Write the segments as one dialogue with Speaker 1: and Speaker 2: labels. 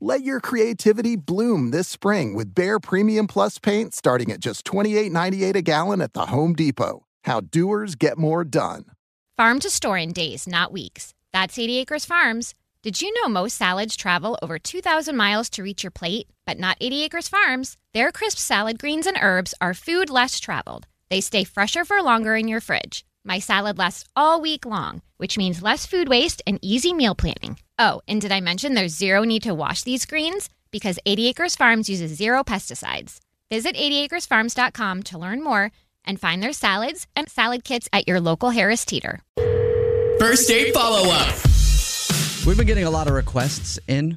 Speaker 1: Let your creativity bloom this spring with Bare Premium Plus paint starting at just $28.98 a gallon at the Home Depot. How doers get more done.
Speaker 2: Farm to store in days, not weeks. That's 80 Acres Farms. Did you know most salads travel over 2,000 miles to reach your plate? But not 80 Acres Farms. Their crisp salad greens and herbs are food less traveled. They stay fresher for longer in your fridge. My salad lasts all week long, which means less food waste and easy meal planning. Oh, and did I mention there's zero need to wash these greens? Because 80 Acres Farms uses zero pesticides. Visit 80acresfarms.com to learn more and find their salads and salad kits at your local Harris Teeter.
Speaker 3: First date follow up.
Speaker 4: We've been getting a lot of requests in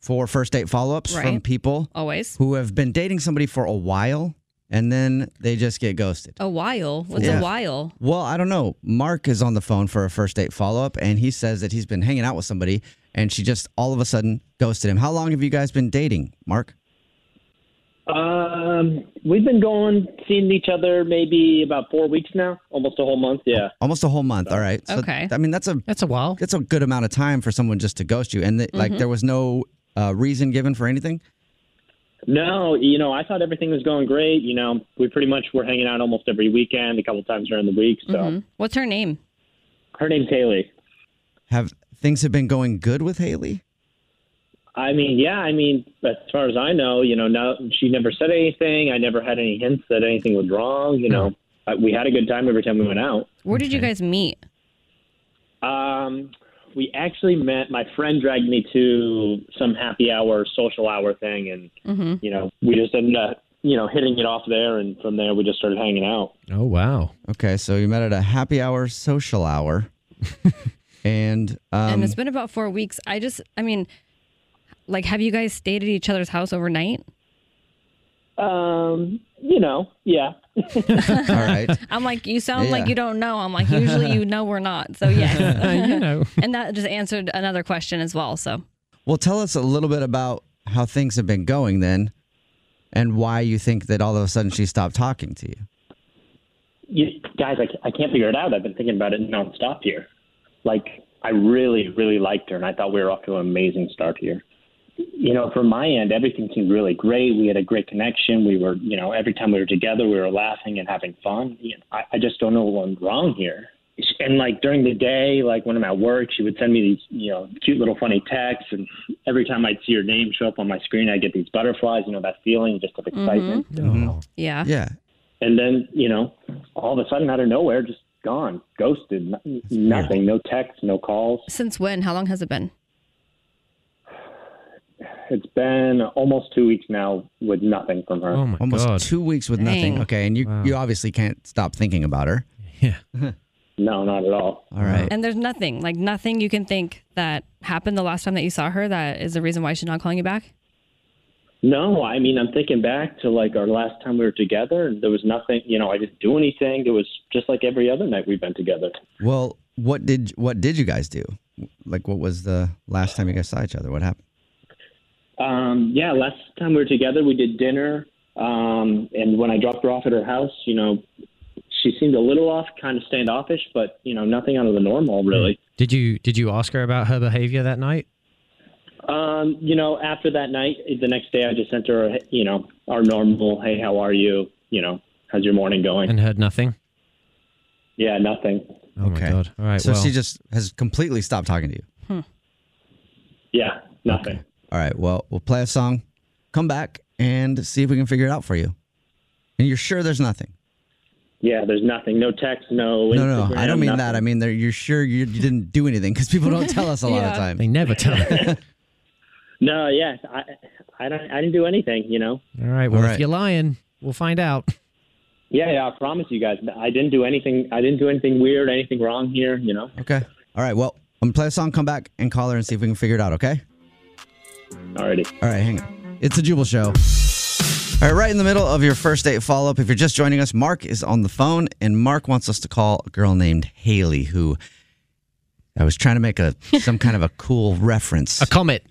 Speaker 4: for first date follow ups from
Speaker 5: Right.
Speaker 4: people
Speaker 5: Always.
Speaker 4: who have been dating somebody for a while and then they just get ghosted.
Speaker 5: A while. What's
Speaker 4: Yeah.
Speaker 5: a while?
Speaker 4: Well, I don't know. Mark is on the phone for a first date follow up and he says that he's been hanging out with somebody and she just all of a sudden ghosted him. How long have you guys been dating, Mark?
Speaker 6: Um, we've been going, seeing each other maybe about four weeks now, almost a whole month. Yeah.
Speaker 4: Almost a whole month. All right.
Speaker 5: Okay.
Speaker 4: I mean, that's a
Speaker 7: That's a while.
Speaker 4: that's a good amount of time for someone just to ghost you and that
Speaker 5: Mm-hmm.
Speaker 4: like there was no uh, reason given for anything.
Speaker 6: No, you know, I thought everything was going great. You know, we pretty much were hanging out almost every weekend, a couple times during the week. So
Speaker 5: Mhm. What's her name?
Speaker 6: her name's Haley.
Speaker 4: Have things have been going good with Haley?
Speaker 6: I mean, yeah, I mean, as far as I know, you know, no, she never said anything. I never had any hints that anything was wrong. You know, I, we had a good time every time we went out.
Speaker 5: Where did you guys meet?
Speaker 6: Um, we actually met. My friend dragged me to some happy hour, social hour thing, and
Speaker 5: Mm-hmm.
Speaker 6: you know, we just ended up, you know, hitting it off there, and from there we just started hanging out.
Speaker 7: Oh wow.
Speaker 4: Okay, so you met at a happy hour, social hour, and um,
Speaker 5: and it's been about four weeks. I just, I mean, like, have you guys stayed at each other's house overnight?
Speaker 6: Um, you know, yeah.
Speaker 4: all right.
Speaker 5: I'm like, you sound like
Speaker 4: Yeah.
Speaker 5: you don't know. I'm like, usually you know we're not. So yes.
Speaker 7: Uh, you know.
Speaker 5: and that just answered another question as well. So
Speaker 4: Well, tell us a little bit about how things have been going then, and why you think that all of a sudden she stopped talking to you.
Speaker 6: You, guys, I, ca- I can't figure it out. I've been thinking about it nonstop here. Like, I really, really liked her, and I thought we were off to an amazing start here. You know, from my end, everything seemed really great. We had a great connection. We were, you know, every time we were together, we were laughing and having fun. You know, I, I just don't know what went wrong here. And like during the day, like when I'm at work, she would send me these, you know, cute little funny texts. And every time I'd see her name show up on my screen, I'd get these butterflies, you know, that feeling just of excitement.
Speaker 5: yeah.
Speaker 4: Yeah,
Speaker 6: And then, you know, all of a sudden, out of nowhere, just gone, ghosted, n- nothing, no texts, no calls.
Speaker 5: Since when? How long has it been?
Speaker 6: It's been almost two weeks now with nothing from her.
Speaker 7: Oh my
Speaker 4: almost
Speaker 7: god.
Speaker 4: two weeks with nothing.
Speaker 5: Dang.
Speaker 4: Okay, and you
Speaker 7: Wow.
Speaker 4: you obviously can't stop thinking about her.
Speaker 7: Yeah.
Speaker 6: No, not at all.
Speaker 4: All right.
Speaker 5: And there's nothing, like nothing you can think that happened the last time that you saw her that is the reason why she's not calling you back.
Speaker 6: No, I mean, I'm thinking back to like our last time we were together, and there was nothing, you know, I didn't do anything. It was just like every other night we've been together.
Speaker 4: Well, what did what did you guys do? Like, what was the last time you guys saw each other? What happened?
Speaker 6: Um, yeah, last time we were together, we did dinner. Um, and when I dropped her off at her house, you know, she seemed a little off, kind of standoffish, but, you know, nothing out of the normal, really.
Speaker 7: Did you did you ask her about her behavior that night?
Speaker 6: Um, you know, after that night, the next day, I just sent her, a, you know, our normal, hey, how are you? You know, how's your morning going?
Speaker 7: And heard nothing.
Speaker 6: yeah, nothing.
Speaker 7: Oh my god. All right.
Speaker 4: So
Speaker 7: well,
Speaker 4: she just has completely stopped talking to you.
Speaker 6: Yeah, nothing.
Speaker 4: All right. Well, we'll play a song, come back, and see if we can figure it out for you. And you're sure there's nothing.
Speaker 6: Yeah, there's nothing. No text, no.
Speaker 4: No, no,
Speaker 6: Instagram,
Speaker 4: I don't mean
Speaker 6: nothing.
Speaker 4: that. I mean, there- you're sure you, you didn't do anything because people don't tell us a lot of
Speaker 5: Yeah.
Speaker 4: time.
Speaker 7: They never tell.
Speaker 6: No, yeah, I, I don't. I didn't do anything. You know.
Speaker 7: All right. Well,
Speaker 4: All right.
Speaker 7: if you're lying, we'll find out.
Speaker 6: Yeah, yeah. I promise you guys, I didn't do anything. I didn't do anything weird, anything wrong here. You know.
Speaker 4: Okay. All right. Well, I'm gonna play a song, come back, and call her and see if we can figure it out. Okay.
Speaker 6: Already.
Speaker 4: All right, hang on. It's a Jubal show. All right, right in the middle of your first date follow up. If you're just joining us, Mark is on the phone, and Mark wants us to call a girl named Haley, who I was trying to make a some kind of a cool reference.
Speaker 7: A comet.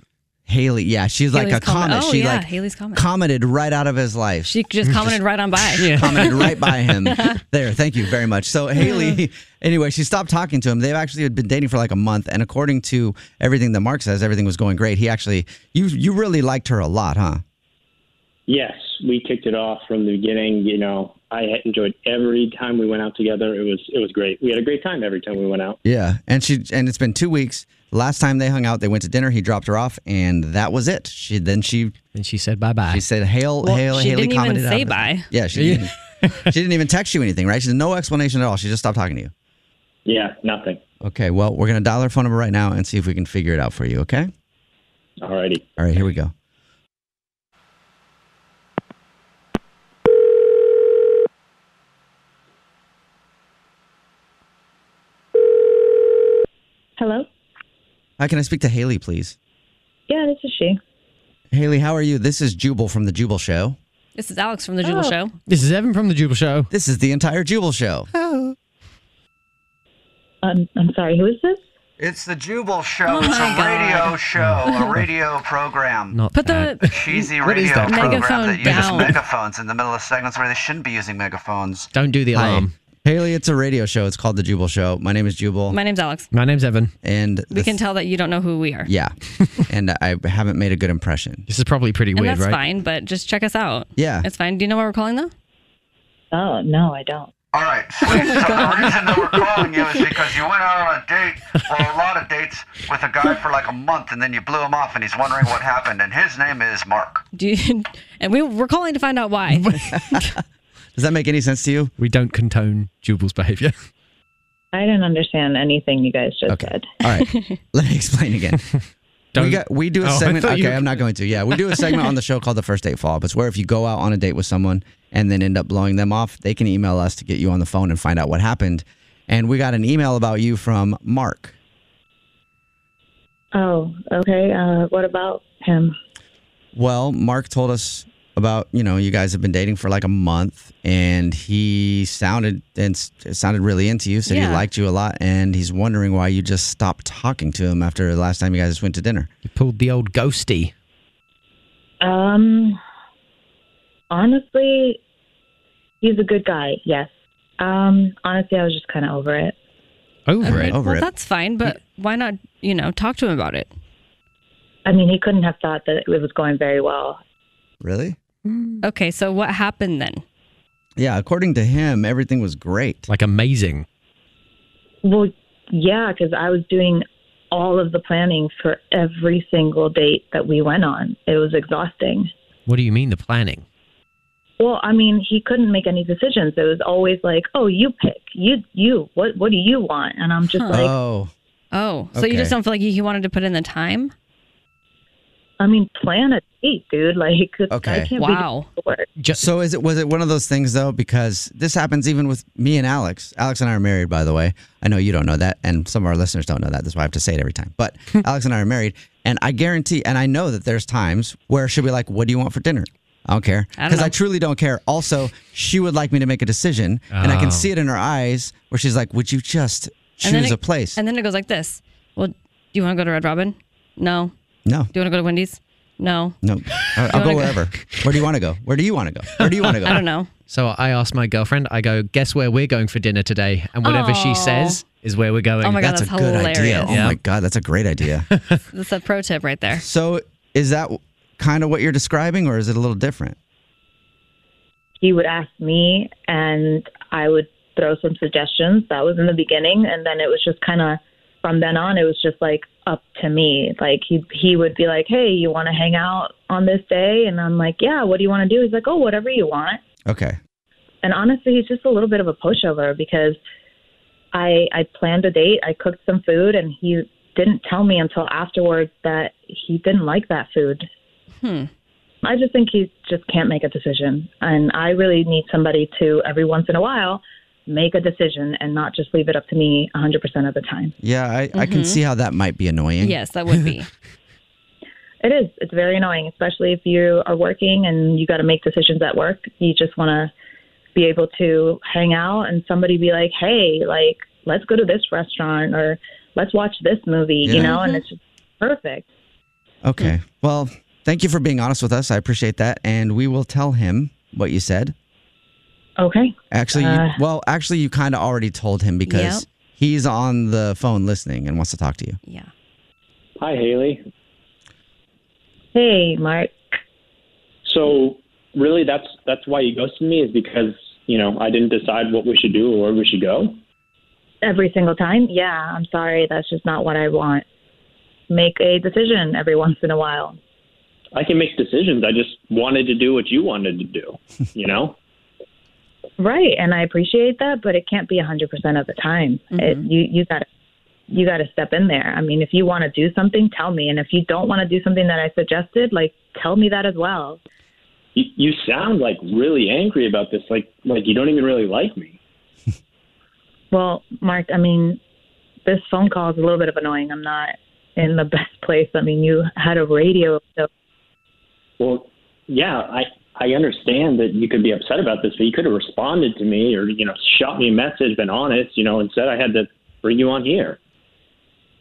Speaker 4: Haley, yeah, she's like
Speaker 5: Haley's
Speaker 4: a comet.
Speaker 5: comet. Oh,
Speaker 4: she
Speaker 5: yeah,
Speaker 4: like
Speaker 5: Haley's comet.
Speaker 4: commented right out of his life.
Speaker 5: She just commented right on by.
Speaker 4: commented right by him. There, thank you very much. So Haley, anyway, she stopped talking to him. They've actually had been dating for like a month, and according to everything that Mark says, everything was going great. He actually, you you really liked her a lot, huh?
Speaker 6: Yes, we kicked it off from the beginning. You know, I enjoyed every time we went out together. It was it was great. We had a great time every time we went out.
Speaker 4: Yeah, and she and it's been two weeks. Last time they hung out, they went to dinner. He dropped her off, and that was it. She then she
Speaker 7: And she said bye bye.
Speaker 4: she said, "Hail,
Speaker 5: Well,
Speaker 4: hail,
Speaker 5: she
Speaker 4: Haley."
Speaker 5: didn't even
Speaker 4: commented out
Speaker 5: say
Speaker 4: of it.
Speaker 5: bye.
Speaker 4: Yeah, she didn't, she didn't even text you anything, right? She said no explanation at all. She just stopped talking to you.
Speaker 6: Yeah, nothing.
Speaker 4: Okay, well, we're gonna dial her phone number right now and see if we can figure it out for you. Okay.
Speaker 6: Alrighty.
Speaker 4: All right, here we go.
Speaker 8: Hello?
Speaker 4: Hi, can I speak to Haley, please?
Speaker 8: Yeah, this is she.
Speaker 4: Haley, how are you? This is Jubal from the Jubal Show.
Speaker 5: This is Alex from the Jubal
Speaker 8: Oh.
Speaker 5: Show.
Speaker 7: this is Evan from the Jubal Show.
Speaker 4: This is the entire Jubal Show.
Speaker 8: Um, I'm sorry, who is this?
Speaker 4: It's the Jubal Show.
Speaker 5: Oh It's a my God.
Speaker 4: show, a radio program.
Speaker 7: Not
Speaker 5: Put
Speaker 7: that.
Speaker 5: the
Speaker 4: Cheesy
Speaker 7: What is that?
Speaker 5: Megaphone down.
Speaker 4: megaphones in the middle of segments where they shouldn't be using megaphones.
Speaker 7: Don't do the
Speaker 4: Hi.
Speaker 7: alarm.
Speaker 4: Haley, it's a radio show. It's called The Jubal Show. My name is Jubal.
Speaker 5: My name's Alex.
Speaker 7: My name's Evan.
Speaker 4: and
Speaker 5: We
Speaker 4: this-
Speaker 5: can tell that you don't know who we are.
Speaker 4: Yeah. and I haven't made a good impression.
Speaker 7: This is probably pretty
Speaker 5: And
Speaker 7: weird,
Speaker 5: that's
Speaker 7: right?
Speaker 5: fine, but just check us out.
Speaker 4: Yeah.
Speaker 5: It's fine. Do you know why we're calling though?
Speaker 8: Oh, no, I don't.
Speaker 9: All right, sweet. So the reason that we're calling you is because you went out on a date, or a lot of dates, with a guy for like a month, and then you blew him off, and he's wondering what happened. And his name is Mark.
Speaker 5: Do you, and we we're calling to find out why.
Speaker 4: Does that make any sense to you?
Speaker 7: We don't contone Jubal's behavior.
Speaker 8: I didn't understand anything you guys just
Speaker 4: Okay.
Speaker 8: said.
Speaker 4: All right. Let me explain again.
Speaker 7: Don't-
Speaker 4: We, got, we do a
Speaker 7: Oh, I
Speaker 4: segment.
Speaker 7: thought
Speaker 4: Okay,
Speaker 7: you-
Speaker 4: I'm not going to. Yeah, we do a segment on the show called the first date fall. Up. It's where if you go out on a date with someone and then end up blowing them off, they can email us to get you on the phone and find out what happened. And we got an email about you from Mark.
Speaker 8: Oh, okay. Uh, what about him?
Speaker 4: Well, Mark told us about you know you guys have been dating for like a month, and he sounded and s- sounded really into you, said he
Speaker 5: Yeah.
Speaker 4: liked you a lot, and he's wondering why you just stopped talking to him after the last time you guys went to dinner.
Speaker 7: You pulled the old ghosty.
Speaker 8: Um, honestly, he's a good guy, yes. Um, honestly, I was just kind of over it.
Speaker 7: Over it.
Speaker 4: Over
Speaker 5: well,
Speaker 4: it.
Speaker 5: that's fine, but why not? You know, talk to him about it.
Speaker 8: I mean, he couldn't have thought that it was going very well.
Speaker 4: Really?
Speaker 5: Okay, so what happened then?
Speaker 4: Yeah, according to him, everything was great.
Speaker 7: Like amazing.
Speaker 8: Well, yeah, because I was doing all of the planning for every single date that we went on. It was exhausting.
Speaker 7: What do you mean the planning?
Speaker 8: Well, I mean, he couldn't make any decisions. It was always like, "Oh, you pick. You, you. What, what do you want?" And I'm just like,
Speaker 4: oh,
Speaker 5: Oh, so
Speaker 4: Okay.
Speaker 5: you just don't feel like he he wanted to put in the time?
Speaker 8: I mean, plan a date, dude. Like,
Speaker 4: Okay.
Speaker 8: I can't
Speaker 5: Wow.
Speaker 8: be doing work.
Speaker 7: Just
Speaker 4: So is it was it one of those things though? Because this happens even with me and Alex. Alex and I are married, by the way. I know you don't know that, and some of our listeners don't know that. That's why I have to say it every time. But Alex and I are married, and I guarantee, and I know that there's times where she'll be like, "What do you want for dinner?" I don't care
Speaker 5: I don't
Speaker 4: because I,
Speaker 5: know.
Speaker 4: truly don't care. Also, she would like me to make a decision, and I
Speaker 7: Oh.
Speaker 4: can see it in her eyes where she's like, "Would you just
Speaker 5: And then
Speaker 4: choose
Speaker 5: it-
Speaker 4: a place?"
Speaker 5: And then it goes like this. Well, do you want to go to Red Robin? No.
Speaker 4: no,
Speaker 5: Do you want to go to Wendy's? No.
Speaker 4: no, I- I'll
Speaker 5: wanna
Speaker 4: go
Speaker 5: go-
Speaker 4: wherever. Where do you want to go? Where do you want to go? Where do you want to go?
Speaker 5: I don't know.
Speaker 7: So I asked my girlfriend, I go, guess where we're going for dinner today? And whatever she
Speaker 5: Aw.
Speaker 7: says is where we're going.
Speaker 5: Oh my God,
Speaker 4: That's,
Speaker 5: that's
Speaker 4: a good idea.
Speaker 5: hilarious.
Speaker 4: Oh
Speaker 7: Yeah.
Speaker 4: my god, that's a great idea.
Speaker 5: That's a pro tip right there.
Speaker 4: So is that kind of what you're describing, or is it a little different?
Speaker 8: He would ask me, and I would throw some suggestions. That was in the beginning, and then it was just kind of from then on. It was just like up to me. Like he he would be like, "Hey, you want to hang out on this day?" And I'm like, "Yeah. What do you want to do?" He's like, "Oh, whatever you want."
Speaker 4: Okay.
Speaker 8: And honestly, he's just a little bit of a pushover because I I planned a date, I cooked some food, and he didn't tell me until afterwards that he didn't like that food.
Speaker 5: Hmm.
Speaker 8: I just think he just can't make a decision. And I really need somebody to, every once in a while, make a decision and not just leave it up to me 100% of the time.
Speaker 4: Yeah, I, I can
Speaker 5: Mm-hmm.
Speaker 8: Mhm.
Speaker 4: see how that might be annoying.
Speaker 5: Yes, that would be.
Speaker 8: It is. It's very annoying, especially if you are working and you got to make decisions at work. You just want to be able to hang out and somebody be like, hey, like, let's go to this restaurant or let's watch this movie,
Speaker 4: Yeah.
Speaker 8: you know? And
Speaker 4: Mhm.
Speaker 8: it's just perfect.
Speaker 4: Okay.
Speaker 5: Mm-hmm.
Speaker 4: Well, thank you for being honest with us. I appreciate that, and we will tell him what you said.
Speaker 8: Okay.
Speaker 4: Actually, you-
Speaker 8: Uh,
Speaker 4: well, actually, you kind of already told him because
Speaker 8: Yep.
Speaker 4: he's on the phone listening and wants to talk to you.
Speaker 5: Yeah.
Speaker 6: Hi, Haley.
Speaker 8: Hey, Mark.
Speaker 6: So really, that's that's why you ghosted me is because you know I didn't decide what we should do or where we should go.
Speaker 8: Every single time? Yeah, I'm sorry. That's just not what I want. Make a decision every once in a while.
Speaker 6: I can make decisions. I just wanted to do what you wanted to do. You know.
Speaker 8: Right, and I appreciate that, but it can't be 100% of the time. It, you you got to you got to step in there. I mean, if you want to do something, tell me, and if you don't want to do something that I suggested, like tell me that as well.
Speaker 6: you, you sound like really angry about this. Like, like you don't even really like me.
Speaker 8: Well, Mark, I mean, this phone call is a little bit of annoying. I'm not in the best place. I mean, you had a radio so
Speaker 6: Well, yeah, I, I understand that you could be upset about this, but you could have responded to me or, you know, shot me a message, been honest, you know, instead I had to bring you on here.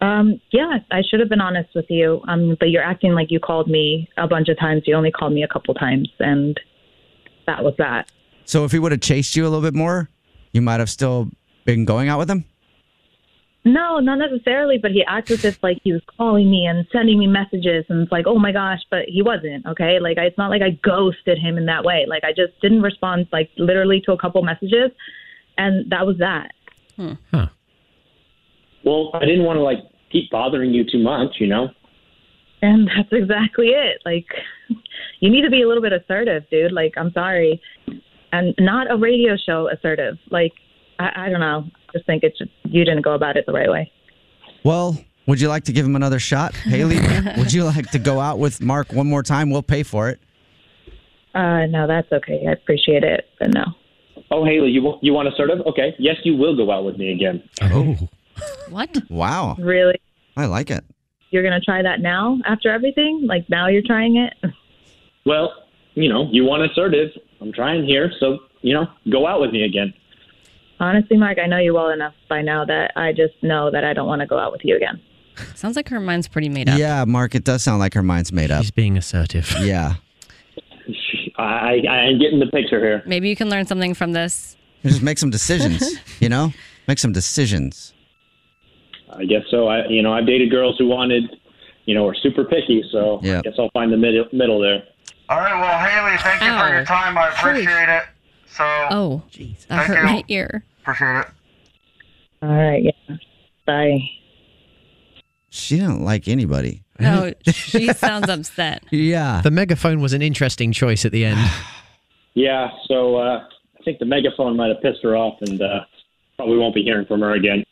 Speaker 8: Um, yeah, I should have been honest with you. Um, but you're acting like you called me a bunch of times. You only called me a couple times, and that was that.
Speaker 4: So if he would have chased you a little bit more, you might have still been going out with him.
Speaker 8: No, not necessarily. But he acts as if like he was calling me and sending me messages, and it's like, oh my gosh, but he wasn't. Okay, like I, it's not like I ghosted him in that way. Like I just didn't respond, like literally to a couple messages, and that was that.
Speaker 6: Well, I didn't want to like keep bothering you too much, you know.
Speaker 8: And that's exactly it. Like, you need to be a little bit assertive, dude. Like, I'm sorry. And not a radio show assertive. Like, I, I don't know. I just think it's you didn't go about it the right way.
Speaker 4: Well, would you like to give him another shot, Haley? would you like to go out with Mark one more time? We'll pay for it.
Speaker 8: Uh, no, that's okay. I appreciate it, but no.
Speaker 6: Oh, Haley, you wa- you want assertive? Okay, yes, you will go out with me again.
Speaker 4: Oh,
Speaker 5: What?
Speaker 4: wow!
Speaker 8: Really?
Speaker 4: I like it.
Speaker 8: You're going to try that now after everything? Like, now you're trying it?
Speaker 6: Well, you know, you want assertive. I'm trying here, so you know, go out with me again.
Speaker 8: Honestly, Mark, I know you well enough by now that I just know that I don't want to go out with you again.
Speaker 5: Sounds like her mind's pretty made up.
Speaker 4: Yeah, Mark, it does sound like her mind's made up. She's being assertive. Yeah.
Speaker 6: I I am getting the picture here.
Speaker 5: Maybe you can learn something from this.
Speaker 4: Just make some decisions, you know? Make some decisions.
Speaker 6: I guess so. I you know, I've dated girls who wanted, you know, are super picky, so I guess I'll find the middle middle there.
Speaker 9: All right, well, Haley, thank you for your time. I appreciate it. So,
Speaker 5: Oh, jeez,
Speaker 9: Thank
Speaker 5: that hurt
Speaker 9: you.
Speaker 5: my ear.
Speaker 9: appreciate it.
Speaker 8: All right. Yeah. Bye.
Speaker 4: She didn't like anybody.
Speaker 5: No, she sounds upset.
Speaker 4: Yeah.
Speaker 7: The megaphone was an interesting choice at the end.
Speaker 6: Yeah, so uh, I think the megaphone might have pissed her off, and uh, probably won't be hearing from her again.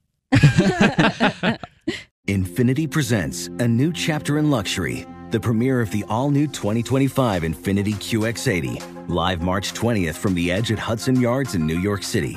Speaker 10: Infinity presents a new chapter in luxury, the premiere of the all new 2025 Infinity QX80, live March 20th from the edge at Hudson Yards in New York City,